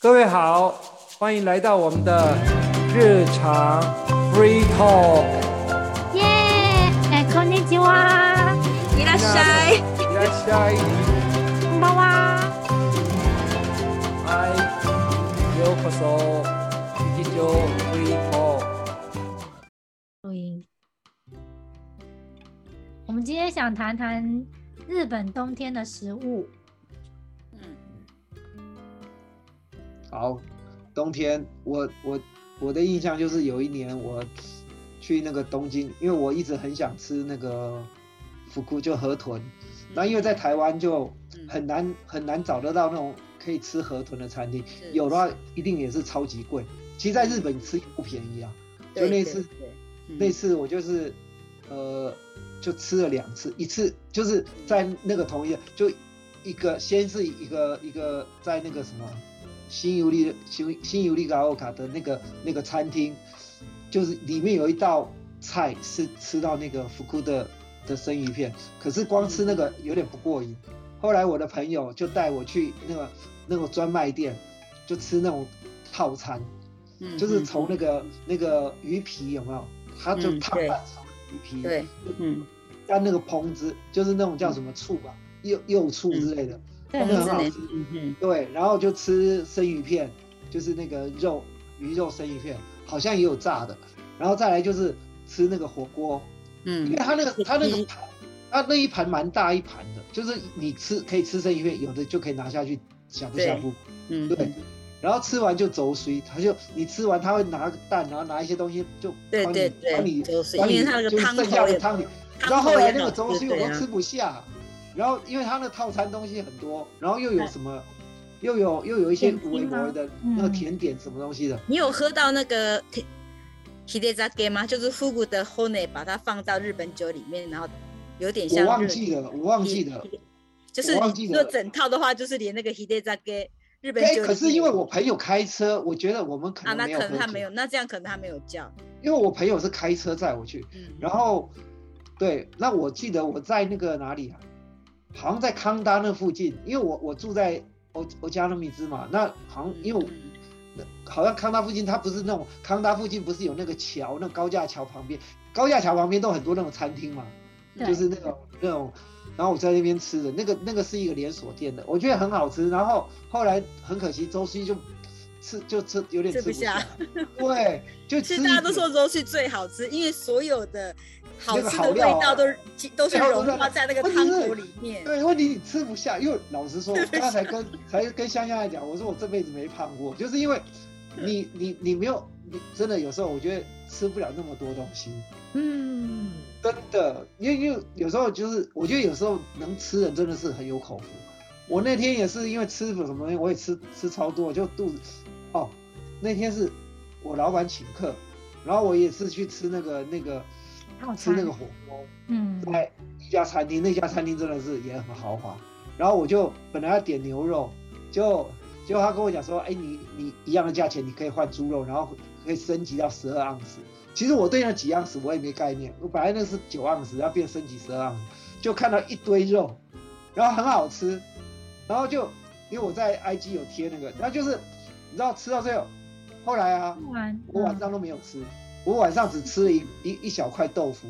各位好，欢迎来到我们的日常 free talk。耶，哎，こんにちは，伊拉塞，いらっしゃい。こんばんは。嗨，ようこそ。日常 free talk。录音。我们今天想谈谈日本冬天的食物。嗯嗯好，冬天我我我的印象就是有一年我去那个东京，因为我一直很想吃那个福库就河豚，那因为在台湾就很难很难找得到那种可以吃河豚的餐厅，是有的话是一定也是超级贵。其实在日本吃也不便宜啊，就对那对次对嗯那次我就是呃就吃了两次，一次就是在那个同一个就一个先是一个一个在那个什么新尤利新新尤利嘎奥卡的那个那个餐厅，就是里面有一道菜是吃到那个福库的的生鱼片，可是光吃那个有点不过瘾。后来我的朋友就带我去那个那个专卖店，就吃那种套餐，嗯就是嗯从那个那个鱼皮有没有？它就嗯烫对半熟鱼皮，对，嗯，蘸那个烹汁，就是那种叫什么醋吧，柚柚醋之类的，对，那很就嗯是好那吃嗯嗯，对，然后就吃生鱼片，就是那个肉鱼肉生鱼片，好像也有炸的，然后再来就是吃那个火锅，因为嗯，它那个它那皮个盘，它那一盘蛮大一盘的，就是你吃可以吃生鱼片，有的就可以拿下去呷哺呷哺，嗯，对然后吃完就走水，他就你吃完他会拿个蛋，然后拿一些东西就对帮你对对帮你走水帮你因为它那个就是汤剩头下也的汤里，汤然后后头也来那好个走吃水对我啊都吃不下，然后因为他那套餐东西很多，然后又有什么，又有又有一些点心微博吗的嗯那个甜点什么东西的，你有喝到那个 h i d e z a k e 吗？就是复古的 honey，把它放到日本酒里面，然后有点像我忘日记了，我忘记了。，就是我忘记你说了整套的话，就是连那个 h i d e z a k e 日本哎，酒里面有，可是因为我朋友开车，我觉得我们可啊，能那没有可喝能他没酒有，那这样可能他没有叫，因为我朋友是开车载我去，嗯，然后，对，那我记得我在那个哪里啊？好像在康达那附近，因为我我住在我我家那米兹嘛，那好像因为我嗯好像康达附近，它不是那种康达附近不是有那个桥，那高架桥旁边，高架桥旁边都很多那种餐厅嘛，嗯对就是那种那种，然后我在那边吃的那个那个是一个连锁店的，我觉得很好吃，然后后来很可惜周西就吃就吃有点吃吃不不下下，对，就 吃其实一大家都点说 rose 最好吃，因为所有的好那个吃好的味料啊啊道都、都是最后都融在化在那个问汤题是头里面。对，问题你吃不下，因为老实说，我刚才跟才跟香香来讲，我说我这辈子没胖过，就是因为你你你没有，你真的有时候我觉得吃不了那么多东西，嗯，真的，因为因为有时候就是我觉得有时候能吃人真的是很有口福。我那天也是因为吃什么东西，我也吃吃超多，就肚子哦，那天是我老板请客，然后我也是去吃那个那个套吃那餐个火锅。嗯，在一家餐厅，那家餐厅真的是也很豪华。然后我就本来要点牛肉，就结果他跟我讲说，哎，你你一样的价钱，你可以换猪肉，然后可以升级到十二盎司。其实我对那几盎司我也没概念，我本来那是九盎司，要变升级十二盎司，就看到一堆肉，然后很好吃，然后就因为我在 IG 有贴那个，然后就是你知道吃到最后，后来啊，不完，我晚嗯上都没有吃，我晚上只吃了一一一小块豆腐，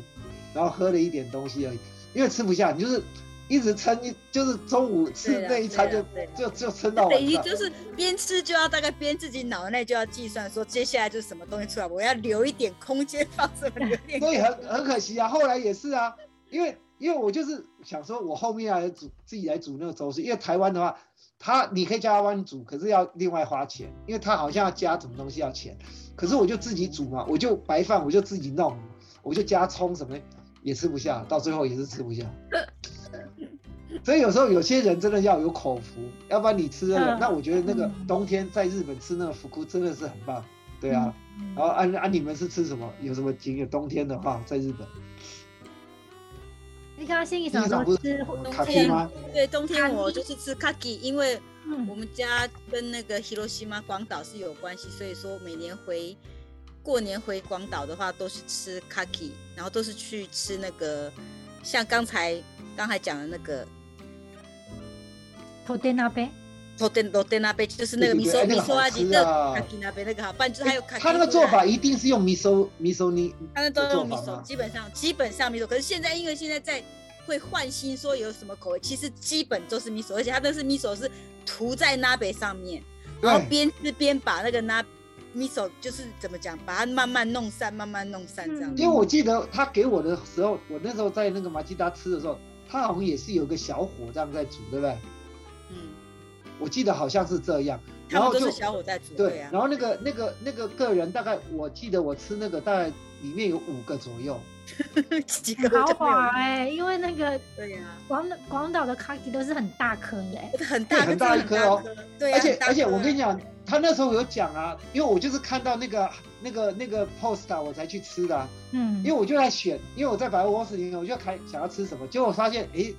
然后喝了一点东西而已，因为吃不下，你就是一直撑，一就是中午吃对啊那一餐对啊就对啊就就撑到等晚于上。就是边吃就要大概边自己脑内就要计算说接下来就是什么东西出来，我要留一点空间放什么，留一 点空所以间。很很可惜啊。后来也是啊，因为因为我就是想说，我后面要来煮自己来煮那个粥水，因为台湾的话，他你可以叫他帮你煮，可是要另外花钱，因为他好像要加什么东西要钱。可是我就自己煮嘛，我就白饭我就自己弄，我就加葱什么的也吃不下，到最后也是吃不下。所以有时候有些人真的要有口福，要不然你吃了，嗯那我觉得那个嗯冬天在日本吃那个福菇真的是很棒，对啊。嗯然后按按你们是吃什么？有什么经验？冬天的话，在日本，你刚刚心里什么时候不是吃？卡天其吗？对，冬天我就是吃 kaki，因为我嗯，们家跟那个 Hiroshima 广岛是有关系，所以说每年回过年回广岛的话，都是吃 kaki，然后都是去吃那个像刚才刚才讲的那个 头天那边，头灯头灯那杯就是那个对米对索对米索阿哎吉那的个好吃啊卡吉那杯那个好，不然就是还有卡。哎他那个做法，一定是用 miso miso 泥，他那都用米做法索，吗基本上基本上米索。可是现在因为现在在会换新说有什么口味，其实基本都是米索，而且它那是米索是涂在那杯上面，然后对边吃边把那个那米索就是怎么讲，把它慢慢弄散，慢慢弄散这样嗯子。因为我记得他给我的时候，我那时候在那个麻吉达吃的时候，他好像也是有个小火这样在煮，对不对？嗯，我记得好像是这样，他然们后都就是小火在煮，对，啊然。后那个那个那个个人大概，我记得我吃那个大概里面有五个左右， 几个很啊豪就没有华哎、因为那个对呀、广岛广岛的 kaki 都是很大颗的、欸，很大很很大一颗哦对呀、而且很大颗啊而且我跟你讲，他那时候有讲啊，因为我就是看到那个那个那个 post 啊，我才去吃的、啊，嗯因为，我就在选，因为我在百货公司里面，我就看想要吃什么，结果我发现诶，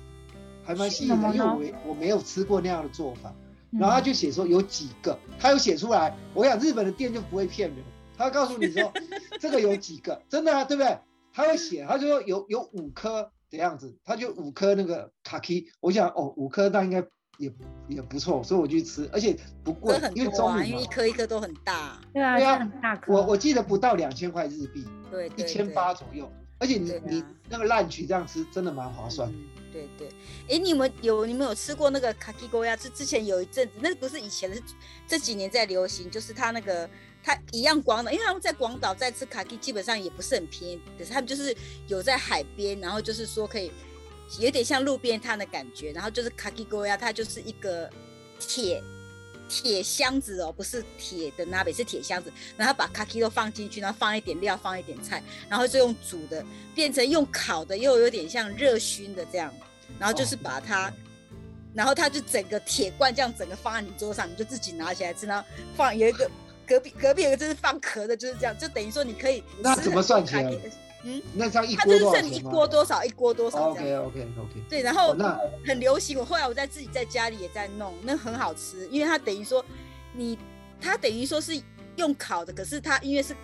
还蛮吸引什么的，呢因为我没我没有吃过那样的做法，嗯然后他就写说有几个，他有写出来，我想日本的店就不会骗人，他会告诉你 说这个有几个，真的啊，对不对？他会写，他就说有有五颗这样子，他就五颗那个卡其，我想哦五颗那应该也也不错，所以我去吃，而且不贵这，很因为多中午啊，因嘛为一，颗一颗都很大，对啊，对啊是很大颗。我我记得不到两千块日币，对一对千八左右，而且你、对啊你那个烂曲这样吃真的蛮划算的。嗯对对，哎，你们有你们有吃过那个卡基锅呀？是啊之前有一阵子，那不是以前的，是这几年在流行，就是他那个他一样广岛，因为他们在广岛在吃卡基，基本上也不是很便宜，可是他们就是有在海边，然后就是说可以有点像路边摊的感觉，然后就是卡基锅啊呀，它就是一个铁铁箱子哦，不是铁的那北是铁箱子，然后把卡基都放进去，然后放一点料，放一点菜，然后就用煮的，变成用烤的，又有点像热熏的这样，然后就是把它，哦然后它就整个铁罐这样整个放在你桌上，你就自己拿起来吃，然后放有一个隔壁隔壁有一个就是放壳的，就是这样，就等于说你可以那吃怎么很多算起来 kaki 的？那这样一嗯它锅就是多少剩一钱吗锅多少，一锅多少这样。 ？OK OK OK，对，然后哦那很流行。我后来我在自己在家里也在弄，那很好吃，因为它等于说你，它等于说是用烤的，可是它因为是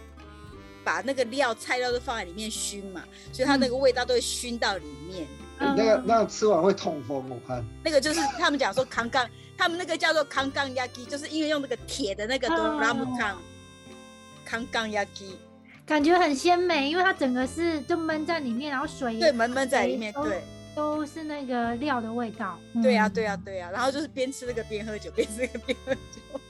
把那个料菜料都放在里面熏嘛，所以它那个味道都会熏到里面。嗯那个那个吃完会痛风，我看。那个就是他们讲说扛杠，他们那个叫做扛杠压鸡，就是因为用那个铁的那个都哦拉不抗，扛杠压鸡，感觉很鲜美，因为它整个是就闷在里面，然后水对，闷闷在里面，都对。都是那个料的味道。嗯对呀、啊对呀、对呀、然后就是边吃那个边喝酒，边吃那个边喝酒。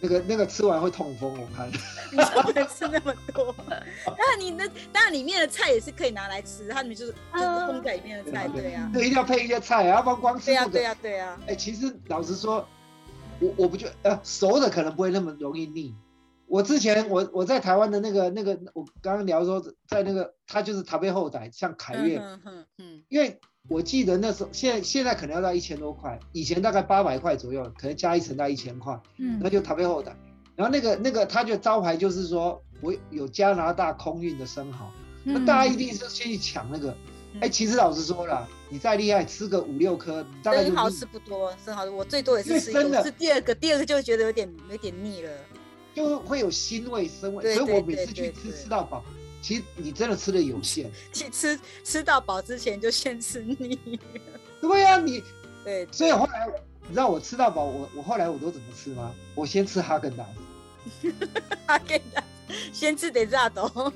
那个那个吃完会痛风，我看。 你就不能吃那么多。 当然你那当然里面的菜也是可以拿来吃，它里面就是就是嗯烘在里面的菜，对呀、那一定要配一些菜，啊要不然光吃对呀、那对个。呀、对啊 呀、哎，其实老实说，我我不觉呃熟的可能不会那么容易腻。我之前我我在台湾的那个那个，我刚刚聊说在那个他就是台北后仔，像凯嗯悦，嗯嗯嗯，因为我记得那时候现在现在可能要到一千多块，以前大概八百块左右，可能加一层到一千块。嗯那就台北后的。然后那个那个他就招牌就是说我有加拿大空运的生蚝，那大家一定是先去抢那个。嗯哎，其实老实说了，你再厉害，吃个五六颗，大概就生蚝是吃不多，生蚝我最多也因是为吃一真个，的吃第二个，第二个就觉得有点有点腻了。 就会有腥味、生味。对所以对我每对次对去吃对嗯吃到饱，其实你真的吃的有限。去吃吃到饱之前就先吃腻，对呀、啊，你对，所以后来你知道我吃到饱，我我后来我都怎么吃吗？我先吃哈根达斯。他给他先吃点炸豆，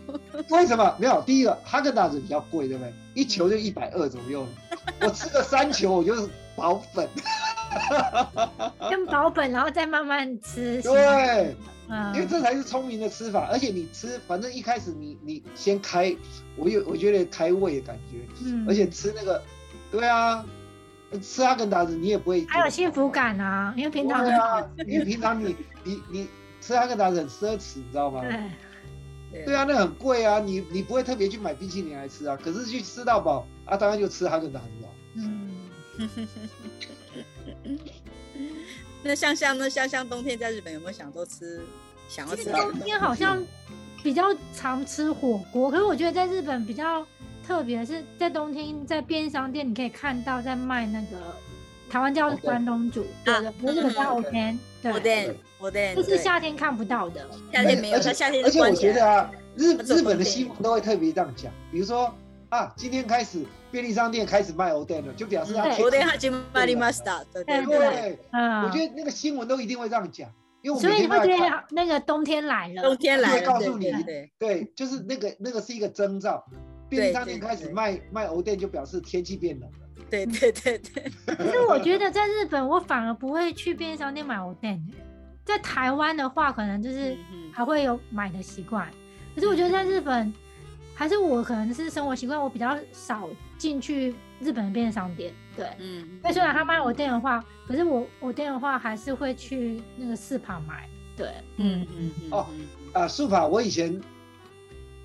为什么没有？第一个，哈根达斯比较贵，对不对？一球就一百二左 右，我吃个三球我就是饱粉。先保本，然后再慢慢吃。啊对，嗯，因为这才是聪明的吃法。而且你吃，反正一开始你你先开，我有我觉得开胃的感觉，嗯而且吃那个，对啊，吃阿根达斯你也不会还有幸福，感啊，因为平常对啊，因为平常你你你吃阿根达斯很奢侈，你知道吗？对对啊，那很贵啊，你你不会特别去买冰淇淋来吃啊，可是去吃到饱啊，当然就吃哈根达斯啊。嗯，那香香呢？香香冬天在日本有没有想都吃？想要其吃实到冬天好像比较常吃火锅，可是我觉得在日本比较特别，是在冬天在便利商店你可以看到在卖那个台湾叫哦对关东煮，对啊的，不是日本嗯叫 o 对 k 我对，的我的，这对是夏天看不到的，夏天没有，而且它夏天而是且我关起觉得来。啊，日它只有日本冬的天新闻都会特别这样讲，比如说啊，今天开始便利商店开始卖 o d e n 了，就表示他嗯对前我得哈金玛丽玛斯达，对对对对，对，嗯，我觉得那个新闻都一定会这样讲，因为我所每以你天都会在觉看得那个冬天来了，冬天来了，告诉对你对对，就是那个那个是一个征兆，便利商店开始卖卖藕店，就表示天气变冷了。对对对对，可是我 觉得在日本，我反而不会去便利商店买 o d e n 在台湾的话，可能就是嗯嗯还会有买的习惯。可是我觉嗯得在日本，还是我可能是生活习惯，我比较少进去日本的便利商店。对，嗯，那虽然他卖 o d e n 的话，可是我 o d e n 的话还是会去那个市场买。对，嗯嗯嗯哦啊，速跑，我以前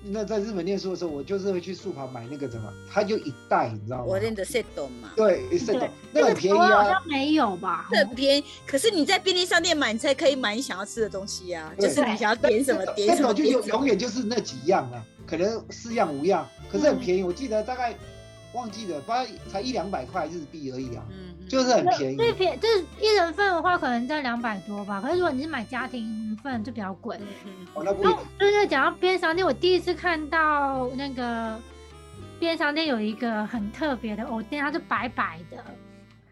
那在日本念书的时候，我就是会去速跑买那个什么，它就一袋，你知道吗？我认得 set 懂嘛，对，是的对，那个很便台宜湾好啊。像没有吧？很便宜。可是你在便利商店买，你才可以买你想要吃的东西啊，就是你想要点什么点那什么种就点永什么。永远就是那几样啊，可能四样五样，可嗯是很便宜。我记得大概忘记了，八才一两百块日币而已啊，嗯嗯就是很那便宜。最便就是一人份的话，可能在两百多吧。可是如果你是买家庭份，就比较贵。嗯哦，那不一然后就是讲到便利商店，我第一次看到那个便利商店有一个很特别的藕店，它是白白的，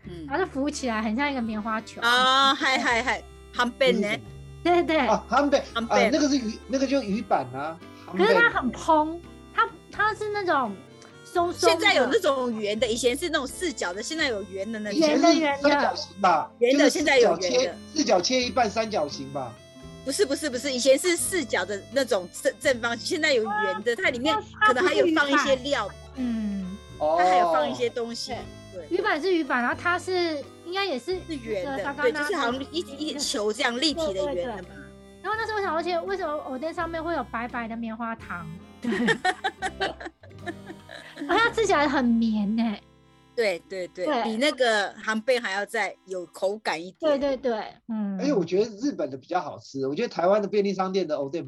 嗯然嗯后它浮起来很像一个棉花球。啊，嗨嗨嗨，韩是本呢什？么对对对，啊，韩北啊韩北，那个是鱼，那个就鱼板啊。韩可是北它很蓬，它它是那种松松的。哦现在有那种圆的，以前是那种四角的，现在有圆的那以种。前圆是的圆的三角形吧？圆的就是现在有四角圆切的四角切一半三角形吧？不是不是不是，以前是四角的那种正正方形，现在有圆的，它里面它可能还有放一些它不是鱼板料，嗯，哦，它还有放一些东西，对，鱼板是鱼板，然后它是应该也是是圆那个的，刚对，就刚是那个好像一一一球这样立体的对对圆的嘛。然后那时候我想，而且为什么藕店上面会有白白的棉花 糖？对，然后它吃起来很绵呢、欸对对对，对比那个韩贝还要再有口感一对点。对对，嗯。而且哎我觉得日本的比较好吃，我觉得台湾的便利商店的藕店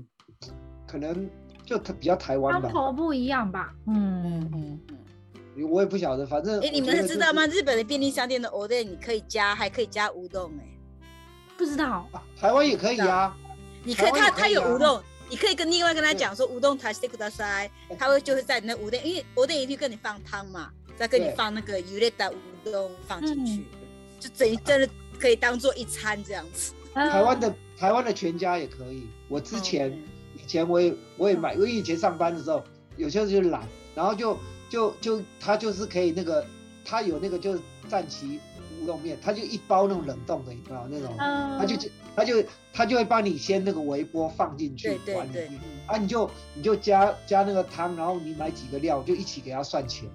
可能就比较台湾汤吧，头不一样吧？嗯，嗯嗯。我也不晓得，反正哎，你我觉们得知道吗？就是？日本的便利商店的 o d 你可以加，还可以加乌冬哎，不知道。啊台湾也可以啊，你可以台湾它也可以它有啊乌冬，你可以跟另外跟他讲说乌冬塔西库达塞，他会就是在你的乌冬，因为乌冬一定跟你放汤嘛，再跟你对放那个 u r e t a 乌冬放进嗯去，就等于真的可以当做一餐这样子。呃台湾的台湾的全家也可以。我之前、嗯以前我也我也买，因为以前上班的时候，有些时候就懒，然后就就就他就是可以那个，他有那个就是战旗乌龙面，他就一包那种冷冻的，你知道那种，嗯，他就他就他就会帮你先那个微波放进去对对碗里对面，啊你就你就加加那个汤，然后你买几个料就一起给他算钱，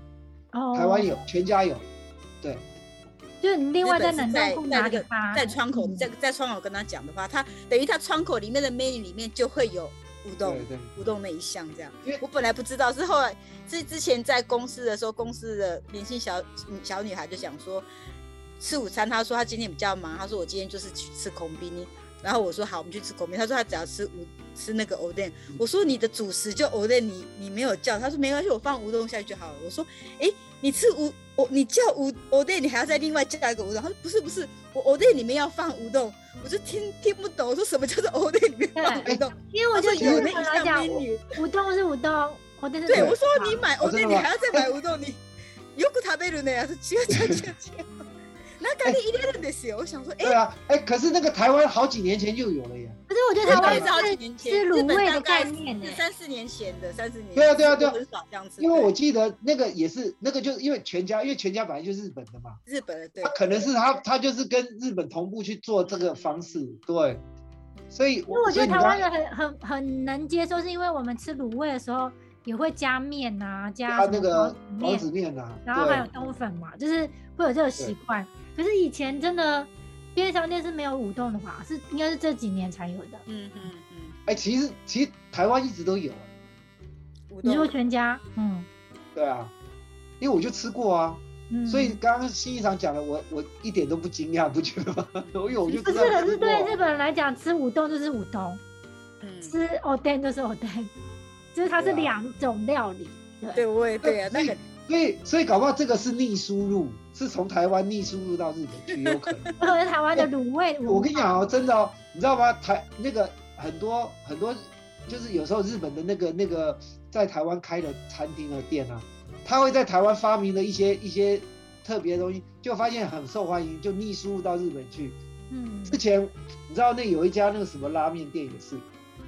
哦台湾有，全家有，对，就是你另外日本冷冻是在库在拿那给个他，在窗口，嗯你在在窗口跟他讲的话，他等于他窗口里面的 menu 里面就会有乌冬对对乌冬那一项这样因为。我本来不知道，是后来是之前在公司的时候，公司的年轻小小女孩就想说吃午餐，她说她今天比较忙，她说我今天就是去吃孔冰。然后我说好，我们去吃孔冰。她说她只要吃乌吃那个 o 嗯 d 我说你的主食就 o d 你你没有叫。她说没关系，我放乌冬下去就好了。我说诶，你吃乌我你叫乌 o d 你还要再另外加一个乌冬。她说不是不是，我 o d 里面要放乌冬。我就听听不懂，我说什么叫做 o d 里面放乌冬？因为我我觉就得有对日那一本来项讲， menu，乌冬是乌冬，我的是对啊冷我说冻你买哦乌冬，真的你吗还要再买乌冬，你よく食べるね。他说違う違う違 う違う。那咖喱入れるんですよ。我想说，对哎，啊，哎、可是那个台湾好几年前就有了耶，可是我觉得日台本也是好湾几是年吃前，日卤本味大的概概是念呢。欸三四年前的，三四年前。对啊对啊对啊很少这样子。因为我对记得那个也是那个就因为全家，因为全家本来就是日本的嘛，日本的对他，可能是他他就是跟日本同步去做这个方式，对，所以因为我所觉以得你台刚湾人很很很能接受，是因为我们吃卤味的时候也会加面啊，加他什那么个黄王子子面，面啊，然后还有对冬粉嘛，就是会有这个习惯。可是以前真的便利商店是没有五冻的吧？是应该是这几年才有的。嗯嗯嗯，哎、其实其实台湾一直都有，啊乌你说冬。全家，嗯对啊，因为我就吃过啊，嗯，所以刚刚新一长讲了，我我一点都不惊讶，不觉得吗？ 因为我就不知是，道可吃是过啊对日本人来讲，吃五冻就是五冻，嗯吃 o d e n 就是 o d e n 就是它是对啊两种料理。对，我也对啊，所那以个所以所以搞不好这个是逆输入，是从台湾逆输入到日本去，有可能。可能 台湾的卤味，哎嗯我跟你，讲哦，真的哦，你知道吗？台那个很多很多，就是有时候日本的那个那个在台湾开的餐厅和店啊，他会在台湾发明的一些一些特别的东西，就发现很受欢迎，就逆输入到日本去。嗯之前你知道那有一家那个什么拉面店也是，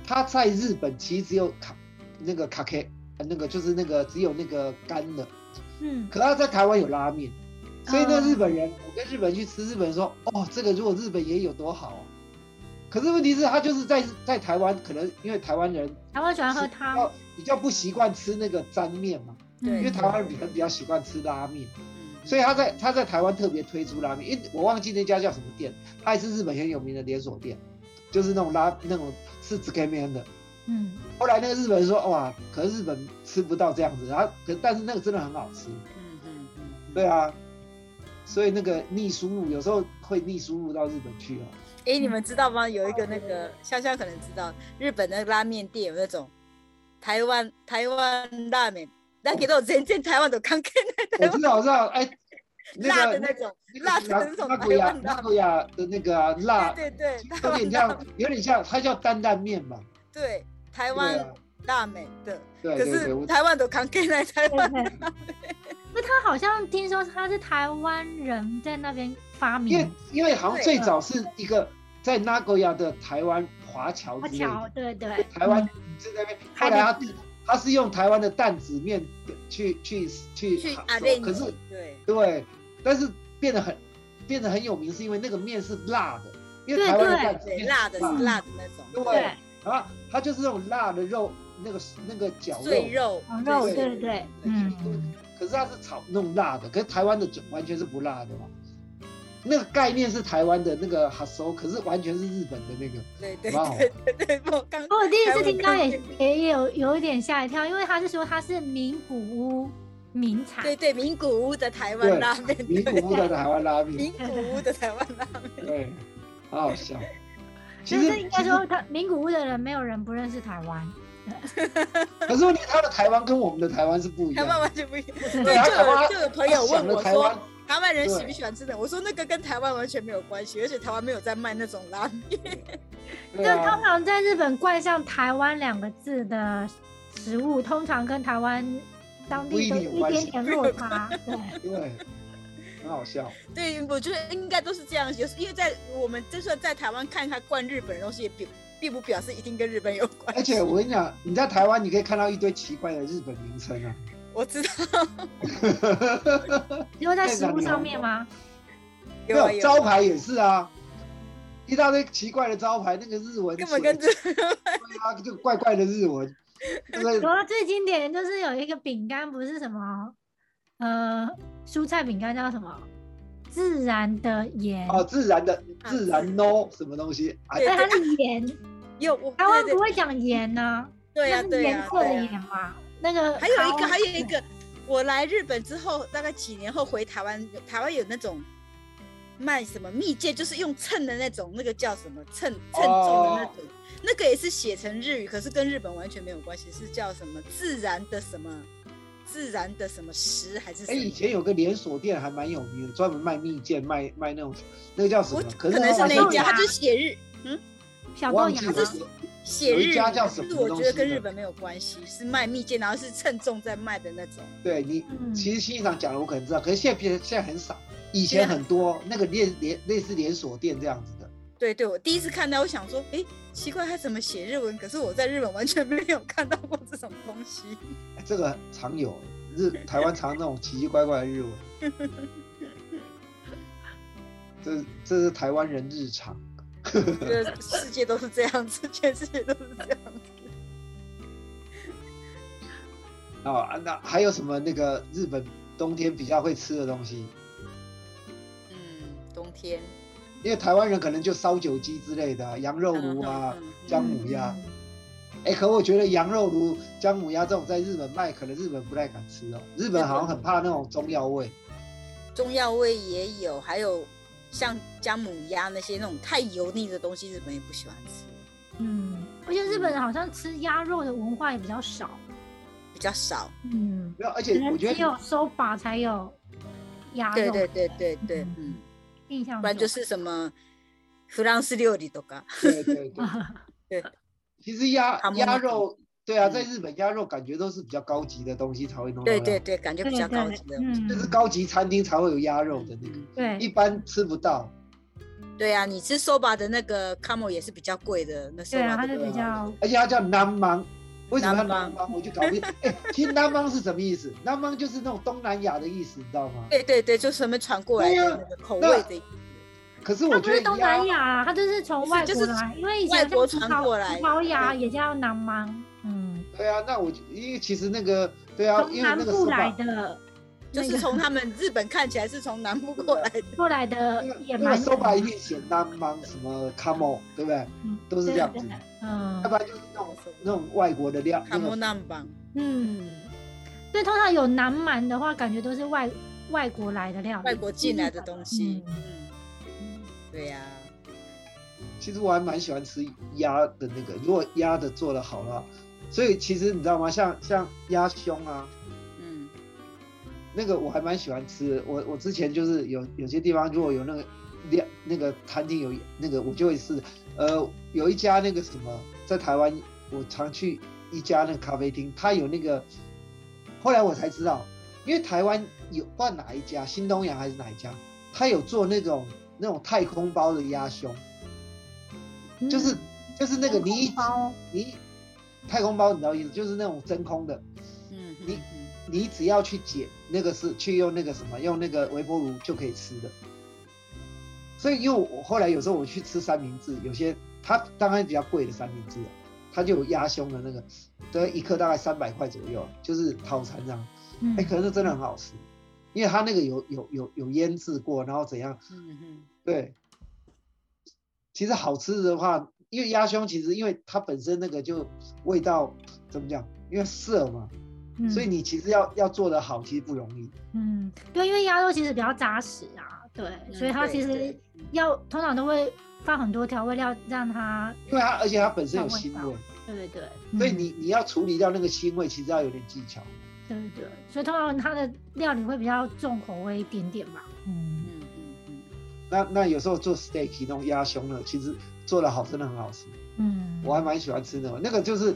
它在日本其实只有卡那个卡 K，呃那个就是那个只有那个干的，嗯可它在台湾有拉面，所以那嗯日本人，我跟日本人去吃，日本人说哦，这个如果日本也有多好、啊。可是问题是，他就是在在台湾，可能因为台湾人台湾喜欢喝是比较汤，比较不习惯吃那个沾面嘛，对因为嗯台湾人比较比较习惯吃拉面，嗯所以他在他在台湾特别推出拉面，因为我忘记那家叫什么店，它也是日本很有名的连锁店，就是那种拉那种是 z k 面的。嗯后来那个日本人说哇，可是日本吃不到这样子，然后可但是那个真的很好吃，嗯嗯嗯，对啊，所以那个逆输入有时候会逆输入到日本去 哦。哎，你们知道吗？有一个那个潇潇可能知道，日本的拉面店有那种台湾台湾拉面，那给到全然台湾都看看我知道，我知道，哎，那辣个的那种，那辣个的那那种那古台雅湾那辣，古雅的那个啊辣，对对对，台有点湾辣像，有点像，它叫担担面嘛。对台对湾啊，辣美的，对可对对，是我台湾都扛给 来台湾，对对那他好像听说他是台湾人在那边发因为明因为好像对嗯最早是一个在那古雅的台湾华侨华之类的侨，对对，嗯台湾嗯是那边，后来他他是用台湾的担子面去去去去做阿练，可是对对，但是变得很变得很有名，是因为那个面是辣的，因为对台湾的对担子对面辣的是是辣的那种，对然后它就是那种辣的肉，那个那个绞碎肉烤肉，对对碎对对，对嗯，可是它是炒那种辣的，可是台湾的就完全是不辣的嘛。那个概念是台湾的那个哈手，可是完全是日本的那个，对对哇哦对对对，我刚哦我第一次听到台湾也人也有有一点吓一跳，因为他是说他是名古屋名产，对对名古屋的台湾拉面，名古屋的台湾拉名面，古屋的台湾拉面，对，好好 笑。其就实是应该说他名古屋的人没有人不认识台湾，可是问题，他的台湾跟我们的台湾是不一台样湾的。完全不一样。对，他就台有湾就想的有朋友问我台湾说，台湾人喜不对喜欢吃的？我说那个跟台湾完全没有关系，而且台湾没有在卖那种拉面。对就通啊，常在日本冠上“台湾”两个字的食物，通常跟台湾当地都有一点点落差。 对，对，很好笑。对，我觉得应该都是这样，就是因为在我们就算在台湾看他灌日本的东西，也并并不表示一定跟日本有关系。而且我跟你讲，你在台湾你可以看到一堆奇怪的日本名称啊。我知道因为在食物上面吗？没 有啊有有啊招牌也是啊，一大堆奇怪的招牌，那个日文根本跟这写对啊，就怪怪的日文，那有个啊，最经典的就是有一个饼干，不是什么呃蔬菜饼干，叫什么自然的盐，哦自然的啊自自然 no 什么东西啊对？但它是盐， 有我台湾对不会讲盐呢、对它呀是对颜呀色的对啊呀。盐嘛。那个还有一个烤还有一嗯个，我来日本之后，大概几年后回台湾，台湾有那种。卖什么蜜饯，就是用称的那种，那个叫什么称称重哦的那种那个也是写成日语，可是跟日本完全没有关系，是叫什么自然的什么自然的什么食还是什哎，么？以前有个连锁店还蛮有名的，专门卖蜜饯，卖卖那种那个叫什我么？可是能是它好那像小一家，豆芽他就写日小我豆忘记芽了吗，写有日一语，家叫什可么是我东觉得西跟的日本没有关系，是卖蜜饯，然后是称重在卖的那种。对你嗯其实新一场讲了，我可能知道，可是现在变现在很少，以前很多那个连连类似连锁店这样子的，对对，我第一次看到，我想说，哎，奇怪，他怎么写日文？可是我在日本完全没有看到过这种东 西。哎这个常有日台湾常那种奇奇怪怪的日文， 这这是台湾人日常。我觉得世界都是这样子，全世界都是这样子。哦，啊那还有什么那个日本冬天比较会吃的东西？ 嗯，冬天因为台湾人可能就烧酒鸡之类的啊，羊肉炉啊，嗯嗯嗯姜母鸭。嗯哎、可我觉得羊肉炉、姜母鸭这种在日本卖，可能日本不太敢吃哦。日本好像很怕那种中药味。嗯中药味也有，还有像姜母鸭那些那种太油腻的东西，日本也不喜欢吃，嗯，而且日本人好像吃鸭肉的文化也比较少，比较少。嗯，没有，而可且我能觉只得有手把才有鸭肉，对对对对对，嗯，印象不然就中 是什么フランス料理とか。对对对， 啊其实鸭卡莫鸭纳肉对啊，嗯在日本鸭肉感觉都是比较高级的东西才会弄到对鸭，对对，感觉比较高级的。嗯就是高级餐厅才会有鸭肉的那个，一对，般吃不到。对啊，你吃 soba 的那个 camo 也是比较贵的，那 soba 对啊，它的是比较而且它叫南芒，为什么叫南南芒？我就搞 不定。哎、其实南芒是什么意思？南芒就是那种东南亚的意思，你知道吗？对对对，就是他们传过来对的啊那个口那味的，可是它我不觉得是东南亚啊，它就是从外国不是就是来，因为以外前国像葡传萄过来葡萄牙对也叫南蛮，嗯，对啊，那我就因为其实那个对啊，从因为南那个部说来法，的，就是从他们日本看起来是从南部过来的。过来的那也个蛮说法一定写南芒什么 come on，对不对？嗯都是这样子，嗯要不然就是那种那种外国的料，那 camo 个南邦，嗯，对，通常有南蛮的话，感觉都是外外国来的料理，外国进来的东西。嗯，对啊呀、其实我还蛮喜欢吃鸭的那个，如果鸭的做的好了，所以其实你知道吗？像像鸭胸啊，嗯，那个我还蛮喜欢吃的。我我之前就是有有些地方如果有那个料那个餐厅有那个，我就会试。呃，有一家那个什么，在台湾我常去一家那个咖啡厅，它有那个，后来我才知道，因为台湾有不知道哪一家，新东阳还是哪一家，它有做那种那种太空包的鸭胸，嗯就是就是那个你一哦太空包你太空包，你知道意思，就是那种真空的。嗯，你你只要去解那个是去用那个什么，用那个微波炉就可以吃的。所以，因为我后来有时候我去吃三明治，有些它当然比较贵的三明治，啊它就有鸭胸的那个，对，一克大概三百块左右，就是套餐这样。嗯哎、可是真的很好吃，因为它那个有有有有腌制过，然后怎样？嗯嗯对，其实好吃的话，因为鸭胸其实因为它本身那个就味道怎么讲，因为涩嘛，嗯所以你其实要要做得好，其实不容易。嗯，对，因为鸭肉其实比较扎实啊，对，嗯所以它对其实对嗯要通常都会放很多调味料让它，因为它而且它本身有那味腥道味，对对对，所以嗯你你要处理掉那个腥味，其实要有点技巧。对对对，所以通常它的料理会比较重口味一点点吧，嗯，嗯嗯嗯，那那有时候做 steak 那种鸭胸呢，其实做的好真的很好吃，嗯，我还蛮喜欢吃那种，那个就是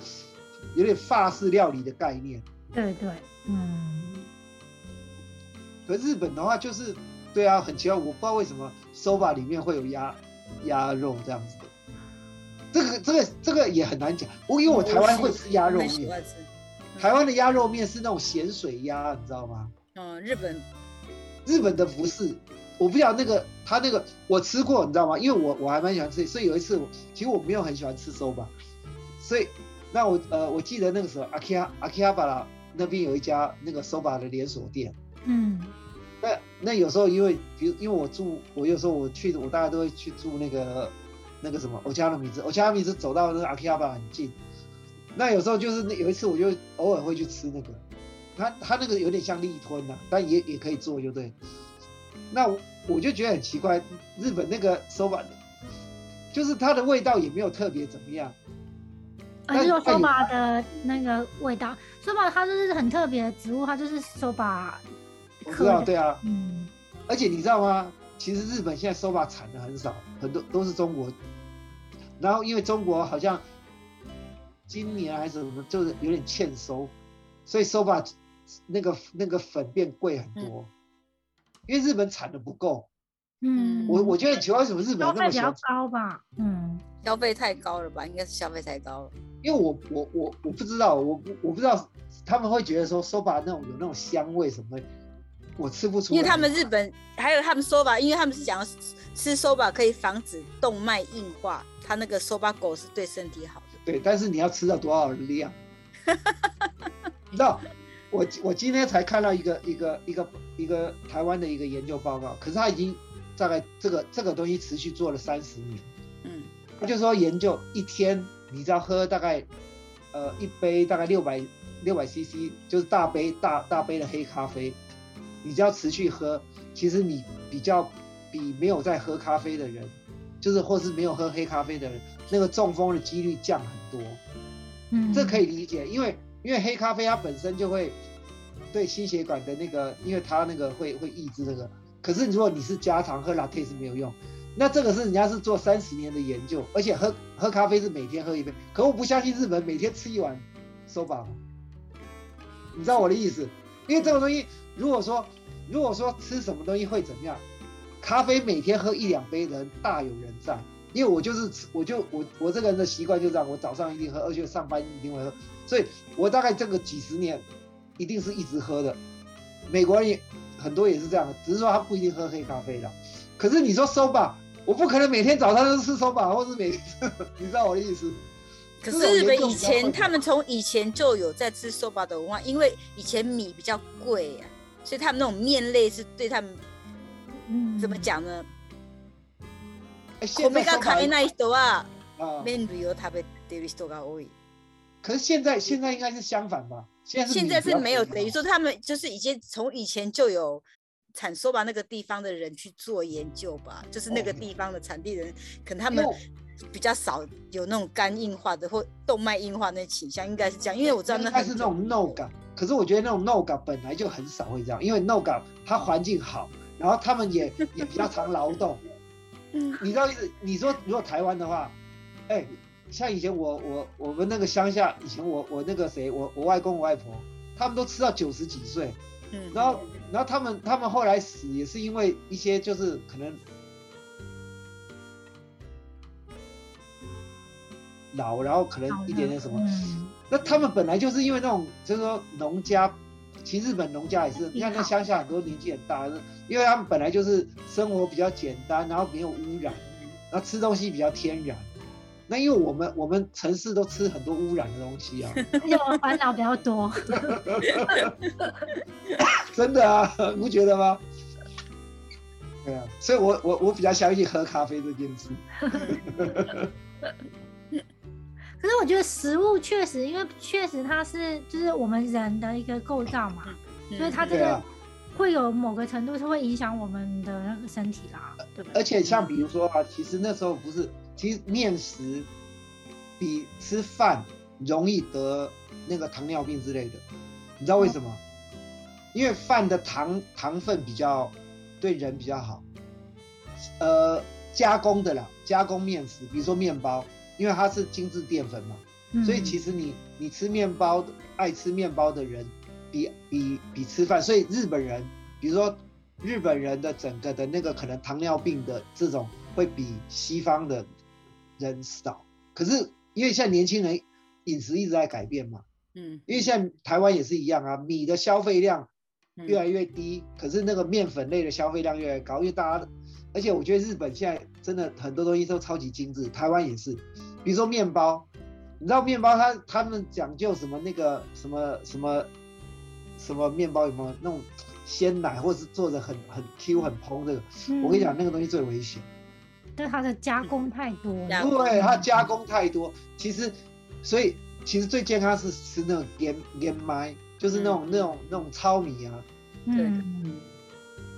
有点法式料理的概念。对对，嗯，可日本的话就是，对啊，很奇怪，我不知道为什么 soba 里面会有鸭鸭肉这样子的。这个这个这个也很难讲，我因为我台湾会吃鸭肉很喜面，欢吃。台湾的鸭肉面是那种咸水鸭，你知道吗？嗯，日本日本的不是，我不晓得那个他那个我吃过，你知道吗？因为我我还蛮喜欢吃，所以有一次我其实我没有很喜欢吃寿吧，所以那我呃我记得那个时候阿基亚阿基亚巴拉那边有一家那个寿吧的连锁店，嗯，那那有时候因为比如因为我住我有时候我去我大概都会去住那个那个什么欧加诺米兹，欧加诺米兹走到那个阿基亚巴拉很近，那有时候就是那有一次我就偶尔会去吃那个，他他那个有点像立吞呐、但也也可以做，就对。那我我就觉得很奇怪，日本那个手法，就是它的味道也没有特别怎么样，啊，那就是那手有把的那个味道，手把它就是很特别的植物，它就是手把我科知道，的，对啊。嗯，而且你知道吗？其实日本现在手法产的很少，很多都是中国。然后因为中国好像今年还是什么，就是有点欠收，所以手把那个那个粉变贵很多，嗯因为日本产的不够。嗯，我我觉得很奇怪，为什么日本消人那费么比喜较欢高吧，嗯，消费太高了吧？应该是消费太高了。因为我我我我不知道，我不我不知道他们会觉得说 soba 那种有那种香味什么的，我吃不出来。因为他们日本还有他们说吧，因为他们是讲要吃吃 soba 可以防止动脉硬化，它那个 soba 狗是对身体好的。对，但是你要吃到多少量？你知道，我我今天才看到一个一个一个一个台湾的一个研究报告，可是他已经大概这个这个东西持续做了三十年，嗯，他就说研究一天，你只要喝大概呃一杯大概六百六百 CC，就是大杯大大杯的黑咖啡，你只要持续喝，其实你比较比没有在喝咖啡的人，就是或是没有喝黑咖啡的人，那个中风的几率降很多。嗯这可以，以理解，因为因为黑咖啡它本身就会对心血管的那个，因为它那个会会抑制那个。可是如果你是加糖喝 latte 是没有用，那这个是人家是做三十年的研究，而且喝喝咖啡是每天喝一杯。可我不相信日本每天吃一碗收吧吗？你知道我的意思？因为这种东西，如果说如果说吃什么东西会怎么样，咖啡每天喝一两杯的人大有人在。因为我就是吃，我就我我这个人的习惯就这样，我早上一定喝，而且上班一定会喝，所以我大概这个几十年一定是一直喝的。美国人也很多也是这样，只是说他不一定喝黑咖啡啦。可是你说 soba，我不可能每天早上都吃 soba，或是每天，你知道我的意思？可这种是日严本重以比较困前难他们从以前就有在吃 soba 的文化，因为以前米比较贵呀、所以他们那种面类是对他们嗯，怎么？讲呢？哎我现们在 soba が買えない人は啊、麺類を食べてる人が多い。可是现在现在应该是相反吧？现在是现米在比是较没有，便宜等于嘛说他们就是已经从以前就有产收吧那个地方的人去做研究吧，就是那个哦地方的产地人，可能他因们为我比较少有那种肝硬化的或动脉硬化那倾向，应该是这样，因为我知道那应该很是那久种 no 感，可是我觉得那种 no 感本来就很少会这样，因为 no 感它环境好，然后他们 也也比较常劳动。嗯你知道意思？你说如果台湾的话，哎、像以前我我我们那个乡下，以前我我那个谁，我我外公我外婆，他们都吃到九十几岁，嗯，然后然后他们他们后来死也是因为一些就是可能老，然后可能一点点什么。嗯那他们本来就是因为那种，就是说农家，其实日本农家也是，你看那乡下很多年纪很大，因为他们本来就是生活比较简单，然后没有污染，然后吃东西比较天然。那因为我们我们城市都吃很多污染的东西啊，而且我烦恼比较多。 真的啊，你不觉得吗？对啊，所以我我我比较相信喝咖啡这件事。可是我觉得食物确实，因为确实它是就是我们人的一个构造嘛，所以它这对个啊会有某个程度是会影响我们的那个身体啦，对不对？而且像比如说啊，其实那时候不是，其实面食比吃饭容易得那个糖尿病之类的，你知道为什么？因为饭的糖糖分比较对人比较好，呃，加工的啦，加工面食，比如说面包，因为它是精致淀粉嘛，所以其实实你你吃面包，爱吃面包的人比比比吃饭，所以日本人，比如说日本人的整个的那个可能糖尿病的这种会比西方的人少，可是因为现在年轻人饮食一直在改变嘛，嗯因为现在台湾也是一样啊，米的消费量嗯越来越低，可是那个面粉类的消费量越来越高，因为大家，而且我觉得日本现在真的很多东西都超级精致，台湾也是，比如说面包，你知道面包它他们讲究什么那个什么什么什么面包有没有那种鲜奶，或是做的很很 Q 很蓬这个，我跟你讲，那个东西最危险。嗯对它的加工太多了，加工对，它加工太多，其实，所以其实最健康是吃那种燕燕麦，就是那种、嗯那种那种糙米啊。嗯，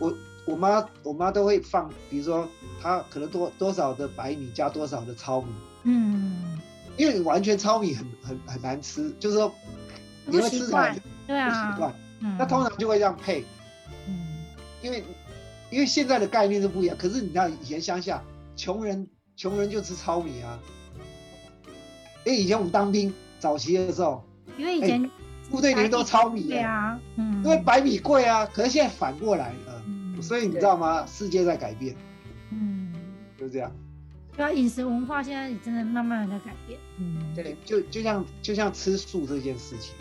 我我妈我妈都会放，比如说她可能多多少的白米加多少的糙米，嗯，因为你完全糙米很很很难吃，就是说你不会吃习起来惯就，对不习啊，惯。嗯那通常就会这样配，嗯因为因为现在的概念是不一样。可是你看以前乡下，穷人穷人就吃糙米啊。因为以前我们当兵早期的时候，因为以前哎部队里面都糙米、对，啊，嗯，因为白米贵啊。可是现在反过来了，嗯，所以你知道吗？世界在改变，嗯。就是这样。对啊，饮食文化现在也真的慢慢的在改变。嗯，对就就像就像吃素这件事情，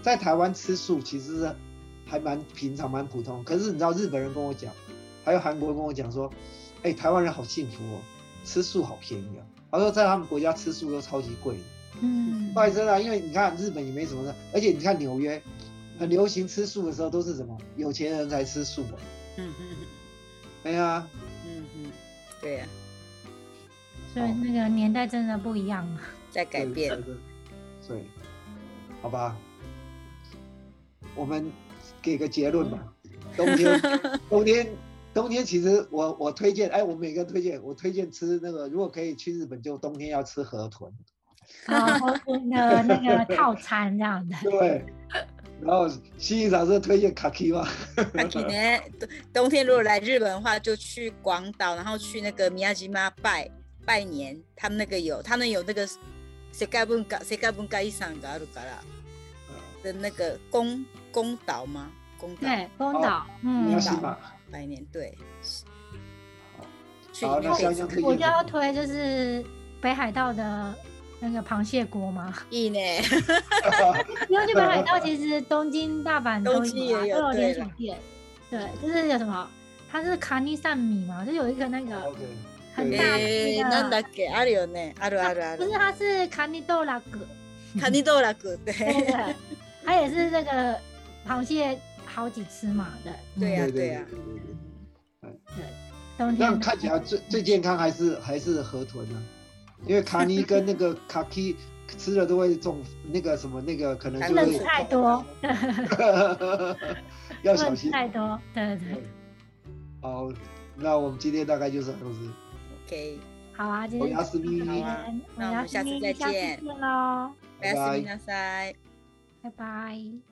在台湾吃素其实是还蛮平常、蛮普通。可是你知道日本人跟我讲，还有韩国人跟我讲说，哎、台湾人好幸福哦，吃素好便宜啊。他说在他们国家吃素都超级贵的。嗯，不好意思啦，啊因为你看日本也没什么的，而且你看纽约很流行吃素的时候都是什么有钱人才吃素、哦。嗯嗯哎呀，嗯嗯，对呀、所以那个年代真的不一 样了。 在改对变对。对对，好吧，我们给个结论 吧。冬天，冬天，冬天，其实我我推荐，哎，我每个推荐，我推荐吃那个，如果可以去日本，就冬天要吃河豚，啊，我的那个套餐这样的。对不对。然后西西老师推荐卡基哇， 那今年冬冬天如果来日本的话，就去广岛，然后去那个米亚吉妈拜拜年，他们那个有，他们有那个世界文化世界文化遺産があるから嗯的那个宫宫岛吗？宫岛对，宫岛，哦你要嗯，信吗？百年对，去好，里那面可香以香吃推我荐就要推就是北海道的那个螃蟹锅嘛。いいね。因为去北海嗯道，其实东京、大阪都东京有、啊，也有都有对连锁啦店。对，就是有什么，它是卡尼扇米嘛，就有一个那嗯个哦 OK，很大对 えー、なんだっけあるよね。あるあるあ不る 是，。它是卡尼豆拉格，カニ道楽 对对 对，它也是那个螃蟹好几吃嘛，对对啊呀、嗯对对呀、对对对冬那天看起来最最健康还是还是河豚呢、因为卡尼跟那个卡基吃了都会中那个什么那个可能还就不有能会吃太 多，要 不小能吃心。太多，对对对对，好，那我们今天大概就是这样子。 OK，好啊，今我天要斯密，就好到啊这边那我们下次再下次见见喽，おやすみなさい。拜拜。